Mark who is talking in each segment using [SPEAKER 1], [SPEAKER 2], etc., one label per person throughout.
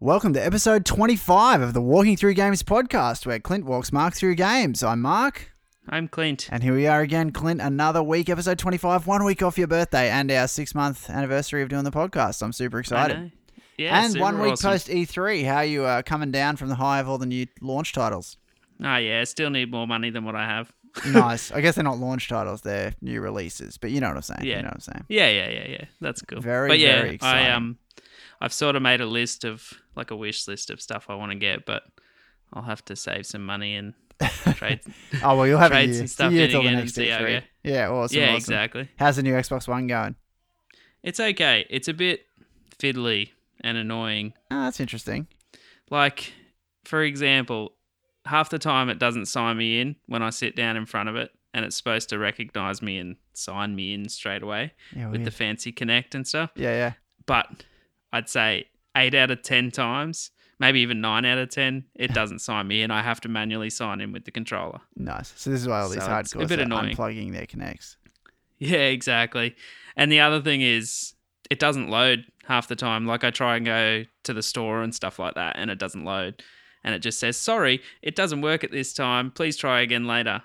[SPEAKER 1] Welcome to episode 25 of the Walking Through Games podcast, where Clint walks Mark through games. I'm Mark,
[SPEAKER 2] I'm Clint.
[SPEAKER 1] and here we are again, Clint, another week, episode 25, one week off your birthday and our six month anniversary of doing the podcast. I'm super
[SPEAKER 2] I
[SPEAKER 1] excited.
[SPEAKER 2] know. Yeah,
[SPEAKER 1] and
[SPEAKER 2] super
[SPEAKER 1] one week
[SPEAKER 2] awesome.
[SPEAKER 1] post E3, how you uh, coming down from the high of all the new launch titles?
[SPEAKER 2] Ah, yeah, still need more money than what I have.
[SPEAKER 1] nice. I guess they're not launch titles; they're new releases. But you know what I'm saying. You
[SPEAKER 2] Yeah.
[SPEAKER 1] know what I'm saying.
[SPEAKER 2] Yeah, yeah, yeah, yeah. That's cool.
[SPEAKER 1] Very,
[SPEAKER 2] but yeah,
[SPEAKER 1] very
[SPEAKER 2] I
[SPEAKER 1] exciting.
[SPEAKER 2] um, I've sort of made a list of like a wish list of stuff I want to get, but I'll have to save some money and trade.
[SPEAKER 1] Oh well, you'll have a
[SPEAKER 2] Trades
[SPEAKER 1] year.
[SPEAKER 2] and stuff
[SPEAKER 1] a year
[SPEAKER 2] in
[SPEAKER 1] till the
[SPEAKER 2] again and
[SPEAKER 1] next
[SPEAKER 2] see how
[SPEAKER 1] E3.
[SPEAKER 2] you-
[SPEAKER 1] Yeah, awesome.
[SPEAKER 2] yeah,
[SPEAKER 1] awesome.
[SPEAKER 2] exactly.
[SPEAKER 1] How's the new Xbox One going?
[SPEAKER 2] It's okay. It's a bit fiddly and annoying.
[SPEAKER 1] Oh, that's interesting.
[SPEAKER 2] Like, for example, half the time it doesn't sign me in when I sit down in front of it, and it's supposed to recognize me and sign me in straight away
[SPEAKER 1] Oh, Yeah,
[SPEAKER 2] with the
[SPEAKER 1] weird.
[SPEAKER 2] fancy connect and stuff.
[SPEAKER 1] yeah, yeah.
[SPEAKER 2] but I'd say eight out of 10 times, maybe even nine out of 10, it doesn't sign me in. I have to manually sign in with the controller.
[SPEAKER 1] Nice. So this is why all these
[SPEAKER 2] So it's a
[SPEAKER 1] hardcores
[SPEAKER 2] bit
[SPEAKER 1] are
[SPEAKER 2] annoying.
[SPEAKER 1] unplugging their connects.
[SPEAKER 2] Yeah, exactly. And the other thing is, it doesn't load half the time. Like I try and go to the store and stuff like that, and it doesn't load. And it just says, sorry, it doesn't work at this time. Please try again later.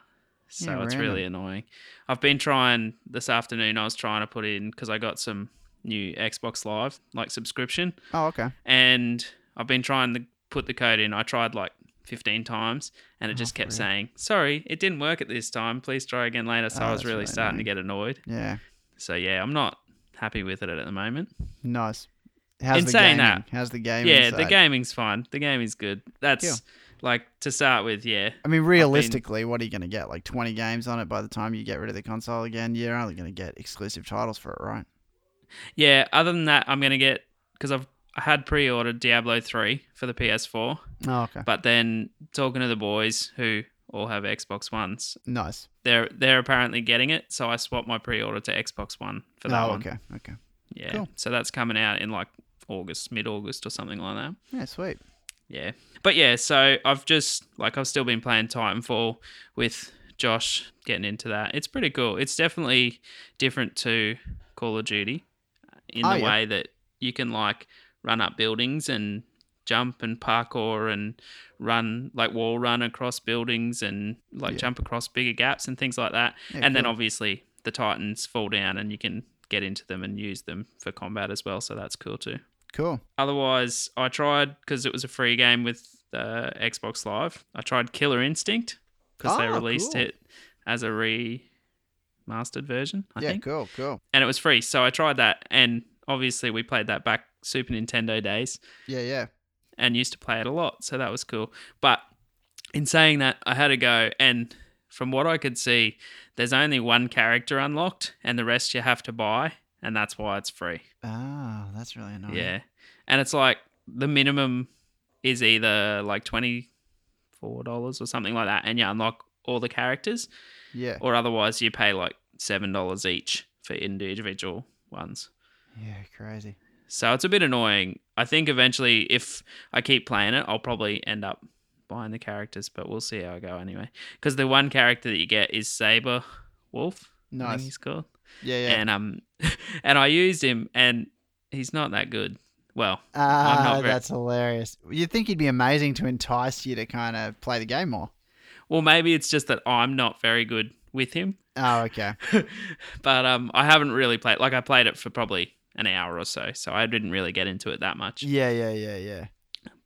[SPEAKER 2] So
[SPEAKER 1] Yeah,
[SPEAKER 2] it's
[SPEAKER 1] random.
[SPEAKER 2] really annoying. I've been trying this afternoon, I was trying to put in because I got some new Xbox Live, like subscription.
[SPEAKER 1] Oh, okay.
[SPEAKER 2] and I've been trying to put the code in. I tried like 15 times and it just
[SPEAKER 1] Oh,
[SPEAKER 2] kept
[SPEAKER 1] really?
[SPEAKER 2] saying, sorry, it didn't work at this time. Please try again later. So
[SPEAKER 1] Oh,
[SPEAKER 2] I was
[SPEAKER 1] that's
[SPEAKER 2] really
[SPEAKER 1] really
[SPEAKER 2] starting to get annoyed.
[SPEAKER 1] Yeah.
[SPEAKER 2] So yeah, I'm not happy with it at the moment.
[SPEAKER 1] Nice. How's
[SPEAKER 2] In
[SPEAKER 1] the
[SPEAKER 2] saying
[SPEAKER 1] gaming?
[SPEAKER 2] that-
[SPEAKER 1] How's the gaming?
[SPEAKER 2] yeah, the
[SPEAKER 1] side?
[SPEAKER 2] gaming's fine. The gaming's good. That's
[SPEAKER 1] Cool.
[SPEAKER 2] like to start with, yeah.
[SPEAKER 1] I mean, realistically, what are you going to get? Like 20 games on it by the time you get rid of the console again? You're only going to get exclusive titles for it, right?
[SPEAKER 2] Yeah, other than that, I'm going to get because I've I had pre-ordered Diablo 3 for the PS4,
[SPEAKER 1] Oh, okay.
[SPEAKER 2] but then talking to the boys who all have Xbox Ones,
[SPEAKER 1] Nice.
[SPEAKER 2] they're they're apparently getting it, so I swapped my pre-order to Xbox One for that
[SPEAKER 1] Oh,
[SPEAKER 2] one.
[SPEAKER 1] okay. Okay.
[SPEAKER 2] Yeah.
[SPEAKER 1] Cool.
[SPEAKER 2] So that's coming out in like August, mid August or something like that.
[SPEAKER 1] Yeah, sweet.
[SPEAKER 2] Yeah. But yeah, so I've just like I've still been playing Titanfall with Josh getting into that. It's pretty cool. It's definitely different to Call of Duty uh, in
[SPEAKER 1] Oh,
[SPEAKER 2] the
[SPEAKER 1] yeah.
[SPEAKER 2] way that you can like run up buildings and jump and parkour and run like wall run across buildings and like
[SPEAKER 1] Yeah.
[SPEAKER 2] jump across bigger gaps and things like that.
[SPEAKER 1] Yeah,
[SPEAKER 2] and then
[SPEAKER 1] cool.
[SPEAKER 2] obviously the Titans fall down and you can get into them and use them for combat as well. So that's cool too
[SPEAKER 1] Cool.
[SPEAKER 2] otherwise i tried because it was a free game with uh, xbox live i tried killer instinct because they
[SPEAKER 1] Oh,
[SPEAKER 2] released
[SPEAKER 1] cool.
[SPEAKER 2] it as a remastered version i
[SPEAKER 1] yeah,
[SPEAKER 2] think
[SPEAKER 1] cool, cool.
[SPEAKER 2] and it was free so i tried that and obviously we played that back super nintendo days
[SPEAKER 1] Yeah, yeah.
[SPEAKER 2] and used to play it a lot so that was cool but in saying that i had a go and from what i could see there's only one character unlocked and the rest you have to buy and that's why it's free
[SPEAKER 1] Oh, that's really annoying.
[SPEAKER 2] yeah. And it's like the minimum is either like $24 or something like that, and you unlock all the characters,
[SPEAKER 1] Yeah.
[SPEAKER 2] or otherwise you pay like $7 each for individual ones.
[SPEAKER 1] Yeah, crazy.
[SPEAKER 2] So it's a bit annoying. I think eventually, if I keep playing it, I'll probably end up buying the characters, but we'll see how I go anyway. Because the one character that you get is Saber Wolf. I think
[SPEAKER 1] Nice.
[SPEAKER 2] he's called
[SPEAKER 1] Yeah, yeah.
[SPEAKER 2] and um and I used him and he's not that good. Well, I'm
[SPEAKER 1] Ah,
[SPEAKER 2] not very-
[SPEAKER 1] that's hilarious. You'd think he'd be amazing to entice you to kind of play the game more.
[SPEAKER 2] well maybe it's just that I'm not very good with him.
[SPEAKER 1] Oh, okay.
[SPEAKER 2] but um I haven't really played like I played it for probably an hour or so, so I didn't really get into it that much.
[SPEAKER 1] Yeah, yeah, yeah, yeah.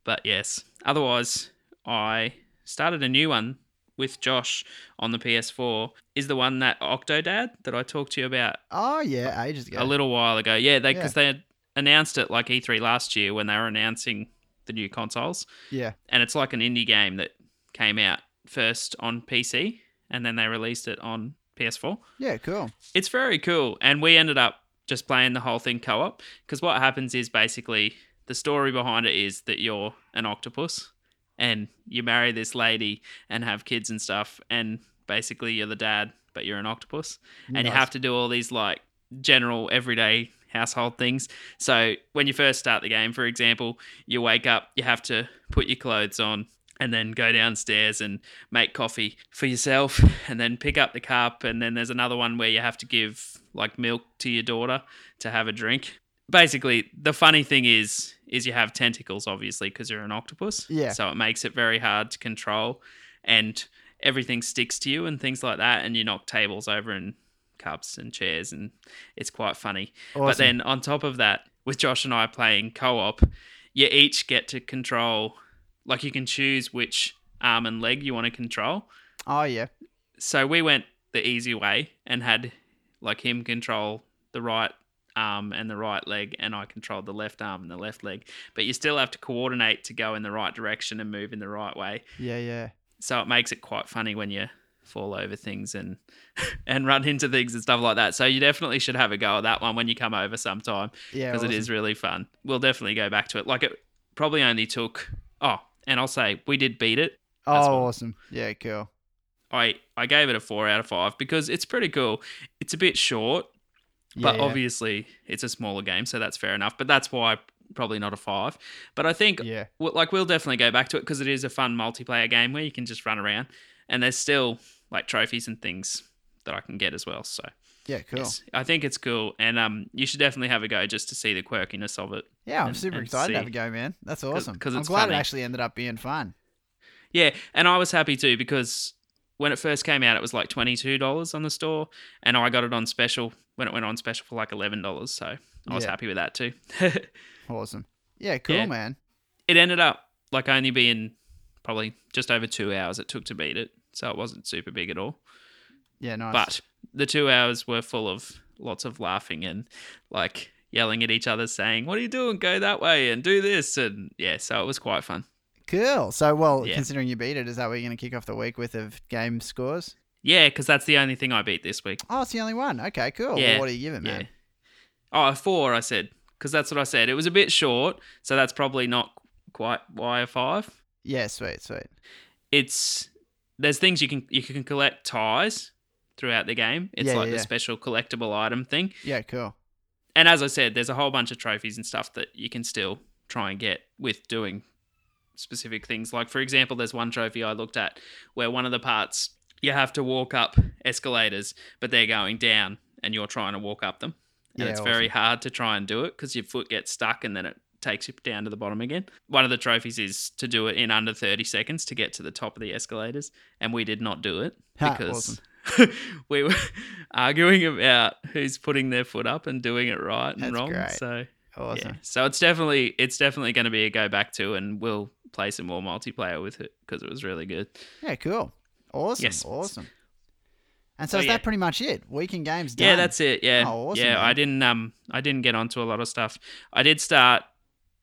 [SPEAKER 2] But yes. Otherwise, I started a new one with Josh on the PS4. Is the one that Octodad that I talked to you about
[SPEAKER 1] Oh, yeah, ages ago.
[SPEAKER 2] a little while ago. Yeah, they
[SPEAKER 1] Yeah.
[SPEAKER 2] because they had announced it like E3 last year when they were announcing the new consoles.
[SPEAKER 1] Yeah.
[SPEAKER 2] and it's like an indie game that came out first on PC and then they released it on PS4.
[SPEAKER 1] Yeah, cool.
[SPEAKER 2] It's very cool, and we ended up just playing the whole thing co-op because what happens is basically the story behind it is that you're an octopus and you marry this lady and have kids and stuff and basically you're the dad but you're an octopus and you
[SPEAKER 1] Nice.
[SPEAKER 2] have to do all these like general everyday household things. So when you first start the game, for example, you wake up, you have to put your clothes on and then go downstairs and make coffee for yourself and then pick up the cup and then there's another one where you have to give like milk to your daughter to have a drink basically the funny thing is is you have tentacles obviously because you're an octopus
[SPEAKER 1] Yeah.
[SPEAKER 2] so it makes it very hard to control and everything sticks to you and things like that and you knock tables over and cups and chairs and it's quite funny but
[SPEAKER 1] Awesome.
[SPEAKER 2] then on top of that with josh and i playing co-op you each get to control like you can choose which arm and leg you want to control
[SPEAKER 1] oh yeah,
[SPEAKER 2] so we went the easy way and had like him control the right arm and the right leg and I controlled the left arm and the left leg but you still have to coordinate to go in the right direction and move in the right way
[SPEAKER 1] yeah, yeah.
[SPEAKER 2] so it makes it quite funny when you fall over things and and run into things and stuff like that so you definitely should have a go at that one when you come over sometime
[SPEAKER 1] Yeah,
[SPEAKER 2] because
[SPEAKER 1] awesome.
[SPEAKER 2] it is really fun we'll definitely go back to it like it probably only took oh and I'll say we did beat it
[SPEAKER 1] Oh,
[SPEAKER 2] That's what-
[SPEAKER 1] awesome. Yeah, cool.
[SPEAKER 2] I I gave it a four out of five because it's pretty cool. It's a bit short, but
[SPEAKER 1] Yeah,
[SPEAKER 2] obviously it's a smaller game, so that's fair enough. But that's why probably not a five. But I think
[SPEAKER 1] yeah,
[SPEAKER 2] well, like we'll definitely go back to it because it is a fun multiplayer game where you can just run around, and there's still like trophies and things that I can get as well. So
[SPEAKER 1] yeah, cool.
[SPEAKER 2] yes, I think it's cool, and um, you should definitely have a go just to see the quirkiness of it.
[SPEAKER 1] Yeah, I'm
[SPEAKER 2] and-
[SPEAKER 1] super
[SPEAKER 2] and
[SPEAKER 1] excited to have
[SPEAKER 2] see.
[SPEAKER 1] a go, man. That's awesome.
[SPEAKER 2] 'cause
[SPEAKER 1] I'm
[SPEAKER 2] it's
[SPEAKER 1] glad
[SPEAKER 2] funny.
[SPEAKER 1] it actually ended up being fun.
[SPEAKER 2] Yeah, and I was happy too because when it first came out, it was like twenty two dollars on the store, and I got it on special when it went on special for like eleven dollars. So I was
[SPEAKER 1] Yeah.
[SPEAKER 2] happy with that too.
[SPEAKER 1] Awesome. Yeah, cool,
[SPEAKER 2] Yeah.
[SPEAKER 1] man.
[SPEAKER 2] it ended up like only being probably just over two hours it took to beat it, so it wasn't super big at all.
[SPEAKER 1] Yeah, nice.
[SPEAKER 2] But the two hours were full of lots of laughing and like yelling at each other, saying, "What are you doing? Go that way and do this." And yeah, so it was quite fun.
[SPEAKER 1] cool. So, well,
[SPEAKER 2] Yeah.
[SPEAKER 1] considering you beat it, is that what you're going to kick off the week with of game scores?
[SPEAKER 2] Yeah, because that's the only thing I beat this week.
[SPEAKER 1] Oh, it's the only one. Okay, cool. Well,
[SPEAKER 2] Yeah.
[SPEAKER 1] what do you give it, man?
[SPEAKER 2] Yeah. Oh, four, I said, because that's what I said. It was a bit short, so that's probably not quite why a five.
[SPEAKER 1] Yeah, sweet, sweet.
[SPEAKER 2] It's there's things you can you can collect ties throughout the game. It's
[SPEAKER 1] Yeah,
[SPEAKER 2] like
[SPEAKER 1] yeah,
[SPEAKER 2] the
[SPEAKER 1] yeah.
[SPEAKER 2] special collectible item thing.
[SPEAKER 1] Yeah, cool.
[SPEAKER 2] And as I said, there's a whole bunch of trophies and stuff that you can still try and get with doing specific things. Like for example, there's one trophy I looked at where one of the parts you have to walk up escalators, but they're going down and you're trying to walk up them. And
[SPEAKER 1] Yeah,
[SPEAKER 2] it's very hard to try and do it because your foot gets stuck and then it takes you down to the bottom again. One of the trophies is to do it in under 30 seconds to get to the top of the escalators. And we did not do it
[SPEAKER 1] Ha,
[SPEAKER 2] because we were arguing about who's putting their foot up and doing it right and
[SPEAKER 1] That's
[SPEAKER 2] wrong.
[SPEAKER 1] great.
[SPEAKER 2] So yeah.
[SPEAKER 1] Awesome.
[SPEAKER 2] So it's definitely it's definitely going to be a go back to, and we'll play some more multiplayer with it because it was really good.
[SPEAKER 1] Yeah, cool. Awesome.
[SPEAKER 2] Yes.
[SPEAKER 1] Awesome. And so
[SPEAKER 2] So,
[SPEAKER 1] is
[SPEAKER 2] yeah.
[SPEAKER 1] that pretty much it? Weekend games done.
[SPEAKER 2] Yeah, that's it. Yeah,
[SPEAKER 1] Oh, awesome,
[SPEAKER 2] yeah. I
[SPEAKER 1] man.
[SPEAKER 2] didn't um I didn't get onto a lot of stuff. I did start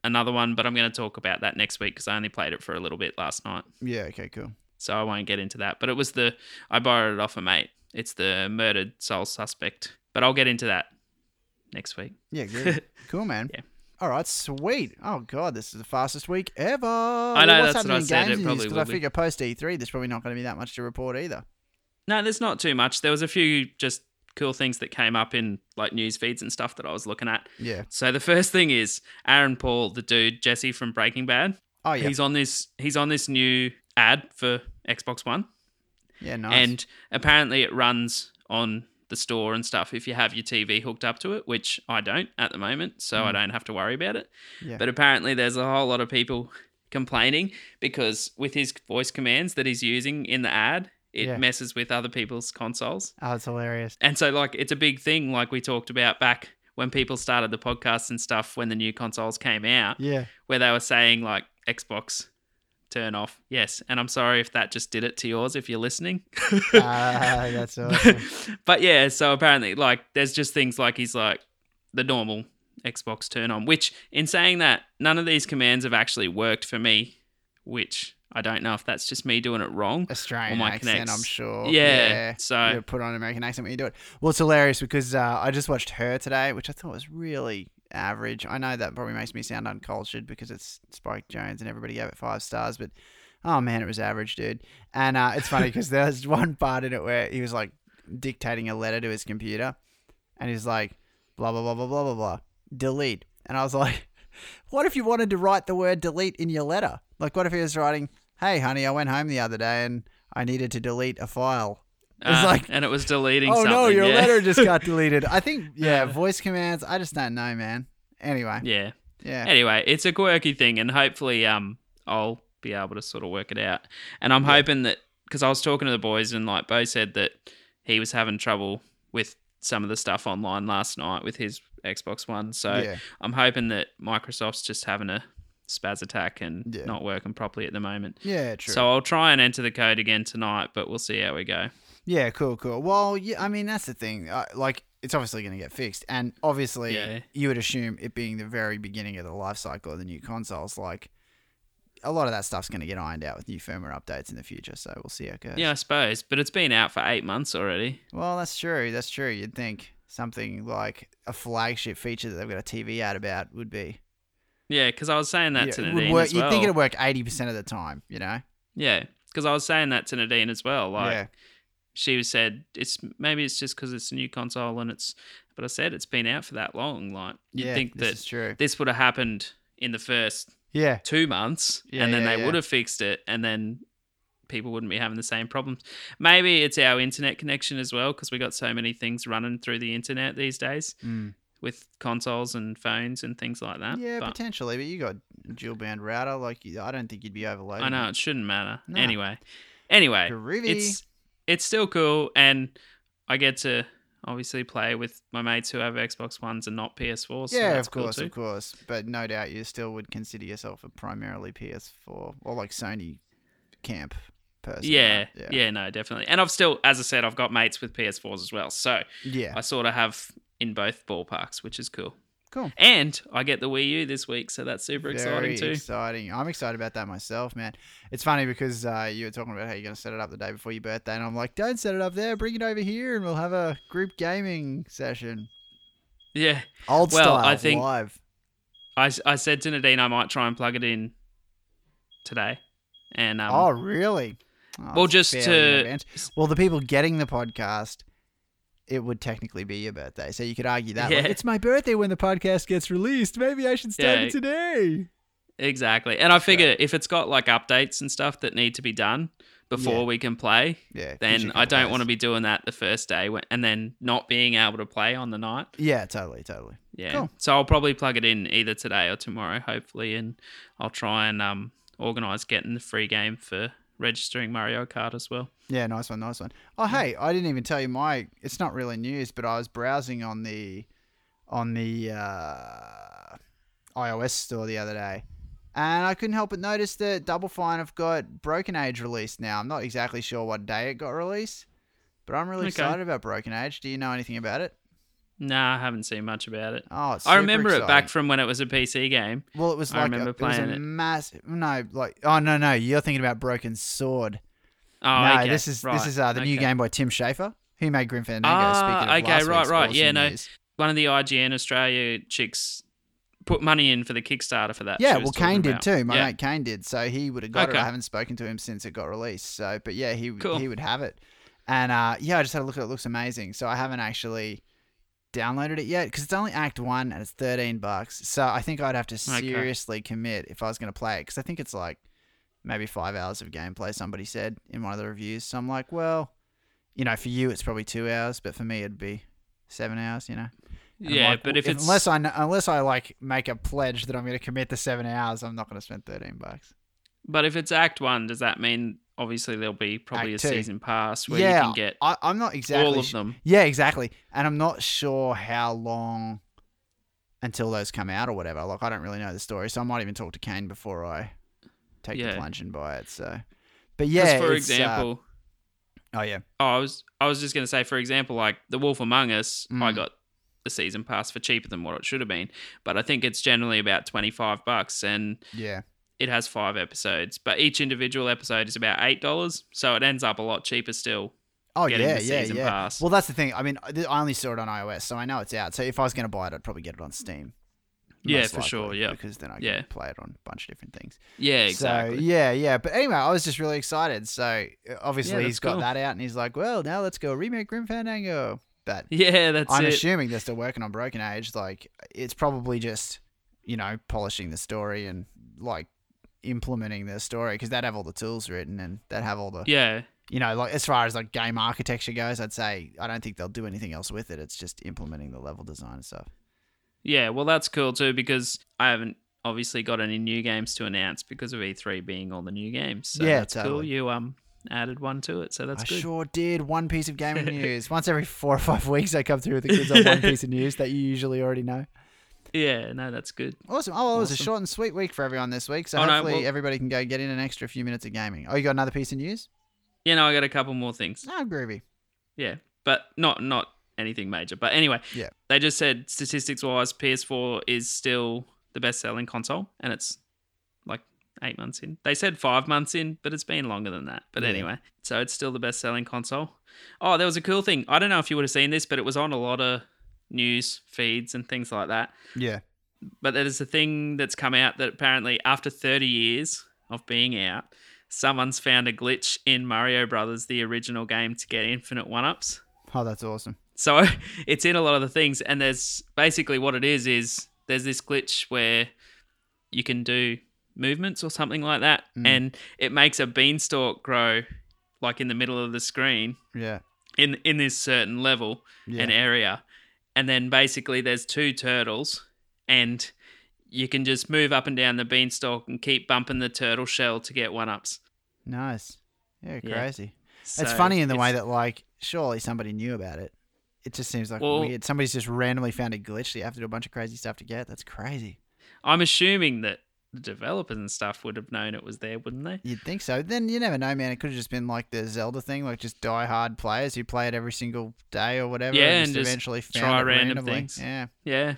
[SPEAKER 2] another one, but I'm going to talk about that next week because I only played it for a little bit last night,
[SPEAKER 1] Yeah, okay, cool.
[SPEAKER 2] so I won't get into that. But it was the I borrowed it off a mate. It's the murdered sole suspect, but I'll get into that next week.
[SPEAKER 1] Yeah, good. cool, man.
[SPEAKER 2] Yeah.
[SPEAKER 1] All right, sweet. Oh god, this is the fastest week ever. I
[SPEAKER 2] know,
[SPEAKER 1] What's
[SPEAKER 2] that's
[SPEAKER 1] happening
[SPEAKER 2] what I
[SPEAKER 1] in
[SPEAKER 2] said,
[SPEAKER 1] games
[SPEAKER 2] it
[SPEAKER 1] news?
[SPEAKER 2] probably
[SPEAKER 1] 'Cause
[SPEAKER 2] will
[SPEAKER 1] I
[SPEAKER 2] be.
[SPEAKER 1] figure post E3, there's probably not going to be that much to report either.
[SPEAKER 2] No, there's not too much. There was a few just cool things that came up in like news feeds and stuff that I was looking at.
[SPEAKER 1] Yeah.
[SPEAKER 2] So the first thing is Aaron Paul, the dude Jesse from Breaking Bad.
[SPEAKER 1] Oh yeah.
[SPEAKER 2] He's on this he's on this new ad for Xbox One.
[SPEAKER 1] yeah, nice.
[SPEAKER 2] And apparently it runs on the store and stuff if you have your TV hooked up to it, which I don't at the moment, so I don't have to worry about it.
[SPEAKER 1] Mm. Yeah.
[SPEAKER 2] But apparently there's a whole lot of people complaining because with his voice commands that he's using in the ad, it
[SPEAKER 1] Yeah.
[SPEAKER 2] messes with other people's consoles.
[SPEAKER 1] oh, it's hilarious.
[SPEAKER 2] And so like it's a big thing like we talked about back when people started the podcasts and stuff when the new consoles came out
[SPEAKER 1] Yeah.
[SPEAKER 2] where they were saying like Xbox turn off. Yes, and I'm sorry if that just did it to yours if you're listening.
[SPEAKER 1] Ah, that's awesome.
[SPEAKER 2] but yeah, so apparently like there's just things like he's like the normal Xbox turn on, which in saying that none of these commands have actually worked for me, which I don't know if that's just me doing it wrong.
[SPEAKER 1] Australian
[SPEAKER 2] Or my
[SPEAKER 1] accent,
[SPEAKER 2] connects.
[SPEAKER 1] I'm sure.
[SPEAKER 2] Yeah, so-
[SPEAKER 1] You put on an American accent when you do it. Well, it's hilarious because uh, I just watched her today, which I thought was really average. I know that probably makes me sound uncultured because it's Spike Jones and everybody gave it five stars, but oh man, it was average, dude. And uh, it's funny because there's one part in it where he was like dictating a letter to his computer, and he's like, blah blah blah blah blah blah blah, delete. And I was like, what if you wanted to write the word delete in your letter? Like, what if he was writing, "Hey, honey, I went home the other day and I needed to delete a file." It's
[SPEAKER 2] Uh,
[SPEAKER 1] like,
[SPEAKER 2] and it was deleting
[SPEAKER 1] oh
[SPEAKER 2] something.
[SPEAKER 1] no, your
[SPEAKER 2] yeah.
[SPEAKER 1] letter just got deleted. I think, yeah,
[SPEAKER 2] Yeah.
[SPEAKER 1] voice commands. I just don't know, man. Anyway,
[SPEAKER 2] Yeah.
[SPEAKER 1] yeah.
[SPEAKER 2] Anyway, it's a quirky thing, and hopefully, um, I'll be able to sort of work it out. And I'm hoping that because I was talking to the boys, and like Bo said that he was having trouble with some of the stuff online last night with his Xbox One. So
[SPEAKER 1] yeah.
[SPEAKER 2] I'm hoping that Microsoft's just having a spaz attack and
[SPEAKER 1] Yeah.
[SPEAKER 2] not working properly at the moment.
[SPEAKER 1] Yeah, true.
[SPEAKER 2] So I'll try and enter the code again tonight, but we'll see how we go.
[SPEAKER 1] yeah, cool, cool. Well, yeah, I mean, that's the thing. Uh, like, it's obviously going to get fixed. And obviously,
[SPEAKER 2] Yeah.
[SPEAKER 1] you would assume it being the very beginning of the life cycle of the new consoles, like, a lot of that stuff's going to get ironed out with new firmware updates in the future. So we'll see how it goes.
[SPEAKER 2] Yeah, I suppose, but it's been out for eight months already.
[SPEAKER 1] Well, that's true. That's true. You'd think something like a flagship feature that they've got a TV ad about would be.
[SPEAKER 2] Yeah, because I was saying that
[SPEAKER 1] yeah,
[SPEAKER 2] to
[SPEAKER 1] it
[SPEAKER 2] Nadine
[SPEAKER 1] would work,
[SPEAKER 2] as well.
[SPEAKER 1] You'd think it'd work 80% of the time, you know?
[SPEAKER 2] Yeah, because I was saying that to Nadine as well. Like
[SPEAKER 1] yeah.
[SPEAKER 2] she was said, it's maybe it's just because it's a new console and it's. But I said it's been out for that long. Like you
[SPEAKER 1] yeah,
[SPEAKER 2] would think
[SPEAKER 1] this
[SPEAKER 2] that
[SPEAKER 1] is true.
[SPEAKER 2] this would have happened in the first
[SPEAKER 1] Yeah.
[SPEAKER 2] two months,
[SPEAKER 1] Yeah,
[SPEAKER 2] and then
[SPEAKER 1] yeah,
[SPEAKER 2] they
[SPEAKER 1] yeah.
[SPEAKER 2] would have fixed it, and then people wouldn't be having the same problems. Maybe it's our internet connection as well, because we got so many things running through the internet these days
[SPEAKER 1] Mm.
[SPEAKER 2] with consoles and phones and things like that.
[SPEAKER 1] Yeah,
[SPEAKER 2] but
[SPEAKER 1] potentially, but you got a dual band router. Like, you- I don't think you'd be overloaded.
[SPEAKER 2] I know it shouldn't matter.
[SPEAKER 1] No.
[SPEAKER 2] Anyway, anyway,
[SPEAKER 1] Groovy.
[SPEAKER 2] it's it's still cool and I get to obviously play with my mates who have Xbox Ones and not PS4. So
[SPEAKER 1] yeah,
[SPEAKER 2] that's
[SPEAKER 1] of course,
[SPEAKER 2] Cool
[SPEAKER 1] of
[SPEAKER 2] too.
[SPEAKER 1] course. But no doubt you still would consider yourself a primarily PS4 or like Sony camp person. right?
[SPEAKER 2] Yeah, yeah, no, definitely. And I've still, as I said, I've got mates with PS4s as well. So
[SPEAKER 1] Yeah.
[SPEAKER 2] I sort of have in both ballparks, which is cool.
[SPEAKER 1] Cool.
[SPEAKER 2] And I get the Wii U this week, so that's super
[SPEAKER 1] Very
[SPEAKER 2] exciting too.
[SPEAKER 1] exciting. I'm excited about that myself, man. It's funny because uh, you were talking about how you're going to set it up the day before your birthday, and I'm like, don't set it up there. Bring it over here, and we'll have a group gaming session.
[SPEAKER 2] yeah.
[SPEAKER 1] Old
[SPEAKER 2] Well,
[SPEAKER 1] style,
[SPEAKER 2] I think-
[SPEAKER 1] live.
[SPEAKER 2] I, s- I said to Nadine I might try and plug it in today. And um,
[SPEAKER 1] oh, really? Oh,
[SPEAKER 2] well,
[SPEAKER 1] it's
[SPEAKER 2] just
[SPEAKER 1] fairly
[SPEAKER 2] to-
[SPEAKER 1] in advance. well, the people getting the podcast, it would technically be your birthday, so you could argue that like,
[SPEAKER 2] Yeah.
[SPEAKER 1] it's my birthday when the podcast gets released. Maybe I should start
[SPEAKER 2] Yeah.
[SPEAKER 1] it today.
[SPEAKER 2] exactly. And I figure if it's got like updates and stuff that need to be done before
[SPEAKER 1] Yeah.
[SPEAKER 2] we can play,
[SPEAKER 1] Yeah. gives you
[SPEAKER 2] then
[SPEAKER 1] a
[SPEAKER 2] I
[SPEAKER 1] couple
[SPEAKER 2] don't
[SPEAKER 1] days.
[SPEAKER 2] want to be doing that the first day when, and then not being able to play on the night.
[SPEAKER 1] Yeah, totally, totally.
[SPEAKER 2] Yeah.
[SPEAKER 1] Cool.
[SPEAKER 2] So I'll probably plug it in either today or tomorrow, hopefully, and I'll try and um, organize getting the free game for registering Mario Kart as well.
[SPEAKER 1] Yeah, nice one, nice one. Oh, hey, I didn't even tell you my. It's not really news, but I was browsing on the on the uh, iOS store the other day, and I couldn't help but notice that Double Fine have got Broken Age released now. I'm not exactly sure what day it got released, but I'm really
[SPEAKER 2] Okay.
[SPEAKER 1] excited about Broken Age. Do you know anything about it?
[SPEAKER 2] Nah, I haven't seen much about it.
[SPEAKER 1] Oh, it's
[SPEAKER 2] I
[SPEAKER 1] super
[SPEAKER 2] remember it
[SPEAKER 1] exciting.
[SPEAKER 2] back from when it was a PC game.
[SPEAKER 1] Well, it was
[SPEAKER 2] I
[SPEAKER 1] like
[SPEAKER 2] remember
[SPEAKER 1] a, it was a
[SPEAKER 2] playing it.
[SPEAKER 1] massive. No, like oh no no, you're thinking about Broken Sword.
[SPEAKER 2] Oh,
[SPEAKER 1] no,
[SPEAKER 2] okay.
[SPEAKER 1] this is
[SPEAKER 2] right,
[SPEAKER 1] this is uh, the new
[SPEAKER 2] okay.
[SPEAKER 1] game by Tim Schafer, who made Grim Fandango.
[SPEAKER 2] Ah,
[SPEAKER 1] speaking of
[SPEAKER 2] okay,
[SPEAKER 1] last
[SPEAKER 2] right,
[SPEAKER 1] week's
[SPEAKER 2] right,
[SPEAKER 1] awesome
[SPEAKER 2] yeah, no,
[SPEAKER 1] news.
[SPEAKER 2] One of the IGN Australia chicks put money in for the Kickstarter for that.
[SPEAKER 1] yeah.
[SPEAKER 2] she was
[SPEAKER 1] Well,
[SPEAKER 2] talking
[SPEAKER 1] Kane did
[SPEAKER 2] about.
[SPEAKER 1] too. My
[SPEAKER 2] yeah.
[SPEAKER 1] mate Kane did, so he would have got it.
[SPEAKER 2] Okay.
[SPEAKER 1] I haven't spoken to him since it got released. So, but yeah, he
[SPEAKER 2] Cool.
[SPEAKER 1] he would have it. And uh, yeah, I just had a look at it. it. Looks amazing. So I haven't actually downloaded it yet because it's only Act One and it's thirteen bucks. So I think I'd have to
[SPEAKER 2] Okay.
[SPEAKER 1] seriously commit if I was going to play it because I think it's like maybe five hours of gameplay. Somebody said in one of the reviews. So I'm like, well, you know, for you it's probably two hours, but for me it'd be seven hours. You know. And I'm
[SPEAKER 2] Yeah,
[SPEAKER 1] like,
[SPEAKER 2] but
[SPEAKER 1] "Well,
[SPEAKER 2] if it's
[SPEAKER 1] unless I kn- unless I like make a pledge that I'm going to commit to seven hours, I'm not going to spend thirteen bucks.
[SPEAKER 2] But if it's Act One, does that mean obviously there'll be probably
[SPEAKER 1] Act
[SPEAKER 2] a
[SPEAKER 1] two.
[SPEAKER 2] season pass where
[SPEAKER 1] Yeah,
[SPEAKER 2] you can get
[SPEAKER 1] I, I'm not exactly
[SPEAKER 2] all of
[SPEAKER 1] su-
[SPEAKER 2] them?
[SPEAKER 1] Yeah, exactly. And I'm not sure how long until those come out or whatever. Like I don't really know the story, so I might even talk to Kane before I take
[SPEAKER 2] Yeah.
[SPEAKER 1] the plunge and buy it. So, but
[SPEAKER 2] 'Cause
[SPEAKER 1] yeah,
[SPEAKER 2] for
[SPEAKER 1] it's, uh,
[SPEAKER 2] example,
[SPEAKER 1] oh yeah,
[SPEAKER 2] oh, I was I was just gonna say, for example, like The Wolf Among Us, I
[SPEAKER 1] Mm.
[SPEAKER 2] got the season pass for cheaper than what it should have been, but I think it's generally about twenty five bucks, and
[SPEAKER 1] yeah,
[SPEAKER 2] it has five episodes, but each individual episode is about eight dollars, so it ends up a lot cheaper still.
[SPEAKER 1] oh
[SPEAKER 2] getting
[SPEAKER 1] yeah,
[SPEAKER 2] the
[SPEAKER 1] yeah,
[SPEAKER 2] season
[SPEAKER 1] yeah.
[SPEAKER 2] pass.
[SPEAKER 1] Well, that's the thing. I mean, I I only saw it on iOS, so I know it's out. So if I was going to buy it, I'd probably get it on Steam.
[SPEAKER 2] Yeah,
[SPEAKER 1] most
[SPEAKER 2] for sure, yeah.
[SPEAKER 1] because then I can
[SPEAKER 2] Yeah.
[SPEAKER 1] play it on a bunch of different things.
[SPEAKER 2] yeah,
[SPEAKER 1] So
[SPEAKER 2] exactly.
[SPEAKER 1] yeah, yeah. But anyway, I was just really excited. So uh, obviously
[SPEAKER 2] Yeah,
[SPEAKER 1] he's
[SPEAKER 2] that's
[SPEAKER 1] got
[SPEAKER 2] cool.
[SPEAKER 1] that out, and he's like, "Well, now let's go remake Grim Fandango." But
[SPEAKER 2] yeah, that's
[SPEAKER 1] I'm
[SPEAKER 2] it.
[SPEAKER 1] assuming they're still working on Broken Age. Like it's probably just you know polishing the story and like implementing the story because they'd have all the tools written and they'd have all the
[SPEAKER 2] yeah,
[SPEAKER 1] you know like as far as like game architecture goes, I'd say I don't think they'll do anything else with it. It's just implementing the level design and stuff.
[SPEAKER 2] Yeah, well, that's cool too because I haven't obviously got any new games to announce because of E3 being all the new games. So
[SPEAKER 1] Yeah,
[SPEAKER 2] that's cool.
[SPEAKER 1] totally.
[SPEAKER 2] You um added one to it, so that's
[SPEAKER 1] I
[SPEAKER 2] good.
[SPEAKER 1] sure did. One piece of gaming news. Once every four or five weeks, I come through with a good old one piece of news that you usually already know.
[SPEAKER 2] Yeah, no, that's good.
[SPEAKER 1] Awesome. Oh, well, it was a
[SPEAKER 2] Awesome.
[SPEAKER 1] short and sweet week for everyone this week. So
[SPEAKER 2] Oh, no,
[SPEAKER 1] hopefully
[SPEAKER 2] well-
[SPEAKER 1] everybody can go get in an extra few minutes of gaming. Oh, you got another piece of news?
[SPEAKER 2] You know, I got a couple more things.
[SPEAKER 1] No, groovy.
[SPEAKER 2] Yeah, but not not anything major. But anyway,
[SPEAKER 1] Yeah.
[SPEAKER 2] they just said statistics wise, PS4 is still the best selling console, and it's like eight months in. They said five months in, but it's been longer than that. But
[SPEAKER 1] Yeah.
[SPEAKER 2] anyway, so it's still the best selling console. Oh, there was a cool thing. I don't know if you would have seen this, but it was on a lot of news feeds and things like that.
[SPEAKER 1] Yeah.
[SPEAKER 2] But there's a thing that's come out that apparently after 30 years of being out, someone's found a glitch in Mario Brothers, the original game, to get infinite one ups.
[SPEAKER 1] Oh, that's awesome.
[SPEAKER 2] So it's in a lot of the things, and there's basically what it is is there's this glitch where you can do movements or something like that,
[SPEAKER 1] Mm.
[SPEAKER 2] and it makes a beanstalk grow like in the middle of the screen
[SPEAKER 1] Yeah.
[SPEAKER 2] in in this certain level
[SPEAKER 1] Yeah.
[SPEAKER 2] and area, and then basically there's two turtles, and you can just move up and down the beanstalk and keep bumping the turtle shell to get one ups.
[SPEAKER 1] nice. Yeah,
[SPEAKER 2] e- Yeah.
[SPEAKER 1] crazy. it's funny in the way that, like, surely somebody knew about it. It just seems like
[SPEAKER 2] Well-
[SPEAKER 1] weird. Somebody's just randomly found a glitch that you have to do a bunch of crazy stuff to get. That's crazy.
[SPEAKER 2] I'm assuming that the developers and stuff would have known it was there, wouldn't they?
[SPEAKER 1] You'd think so. Then you never know, man. It could have just been like the Zelda thing, like just die-hard players who play it every single day or whatever.
[SPEAKER 2] Yeah, and just
[SPEAKER 1] eventually found
[SPEAKER 2] try
[SPEAKER 1] it
[SPEAKER 2] random
[SPEAKER 1] randomly.
[SPEAKER 2] things.
[SPEAKER 1] Yeah,
[SPEAKER 2] Yeah.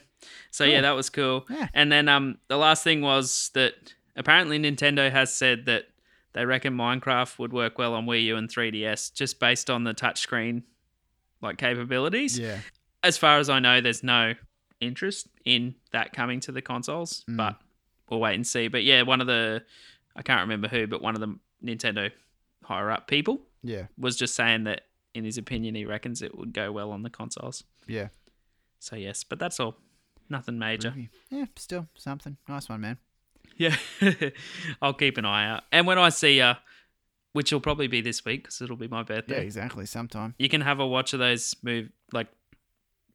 [SPEAKER 2] So
[SPEAKER 1] Cool.
[SPEAKER 2] yeah, that was cool.
[SPEAKER 1] Yeah.
[SPEAKER 2] And then um the last thing was that apparently Nintendo has said that they reckon Minecraft would work well on Wii U and 3DS just based on the touchscreen like capabilities.
[SPEAKER 1] yeah.
[SPEAKER 2] As far as I know, there's no interest in that coming to the consoles,
[SPEAKER 1] Mm.
[SPEAKER 2] but we'll wait and see. But yeah, one of the I can't remember who, but one of the Nintendo higher up people
[SPEAKER 1] Yeah,
[SPEAKER 2] was just saying that in his opinion he reckons it would go well on the consoles.
[SPEAKER 1] yeah.
[SPEAKER 2] So yes, but that's all. Nothing major.
[SPEAKER 1] Groovy. Yeah, still something. Nice one, man.
[SPEAKER 2] Yeah, I'll keep an eye out. And when I see you, which will probably be this week because it'll be my
[SPEAKER 1] Yeah,
[SPEAKER 2] birthday,
[SPEAKER 1] exactly. Sometime.
[SPEAKER 2] you can have a watch of those move like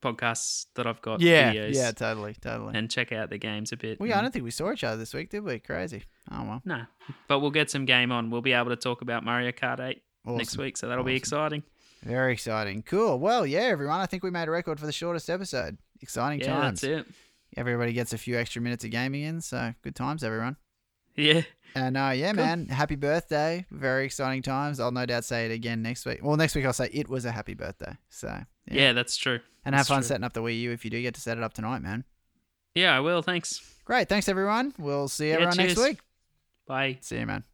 [SPEAKER 2] podcasts that I've got.
[SPEAKER 1] Yeah,
[SPEAKER 2] videos,
[SPEAKER 1] yeah, totally, totally.
[SPEAKER 2] and check out the games a bit.
[SPEAKER 1] we, I
[SPEAKER 2] and-
[SPEAKER 1] don't think we saw each other this week, did we? Crazy. Oh well.
[SPEAKER 2] No, but we'll get some game on. We'll be able to talk about Mario Kart 8
[SPEAKER 1] Awesome.
[SPEAKER 2] next week, so that'll be
[SPEAKER 1] Awesome.
[SPEAKER 2] exciting.
[SPEAKER 1] Very exciting. Cool. Well, yeah, everyone. I think we made a record for the shortest episode. Exciting
[SPEAKER 2] Yeah,
[SPEAKER 1] times.
[SPEAKER 2] that's it.
[SPEAKER 1] Everybody gets a few extra minutes of gaming in, so good times, everyone.
[SPEAKER 2] Yeah,
[SPEAKER 1] And uh, yeah,
[SPEAKER 2] Cool.
[SPEAKER 1] man, happy birthday. Very exciting times. I'll no doubt say it again next week. Well, next week I'll say it was a happy birthday. So,
[SPEAKER 2] yeah, that's true.
[SPEAKER 1] and have
[SPEAKER 2] that's
[SPEAKER 1] fun
[SPEAKER 2] true.
[SPEAKER 1] setting up the Wii U if you do get to set it up tonight, man.
[SPEAKER 2] Yeah, I will. Thanks.
[SPEAKER 1] Great. Thanks, everyone. We'll see
[SPEAKER 2] Yeah,
[SPEAKER 1] everyone next
[SPEAKER 2] cheers.
[SPEAKER 1] week.
[SPEAKER 2] Bye.
[SPEAKER 1] See you, man.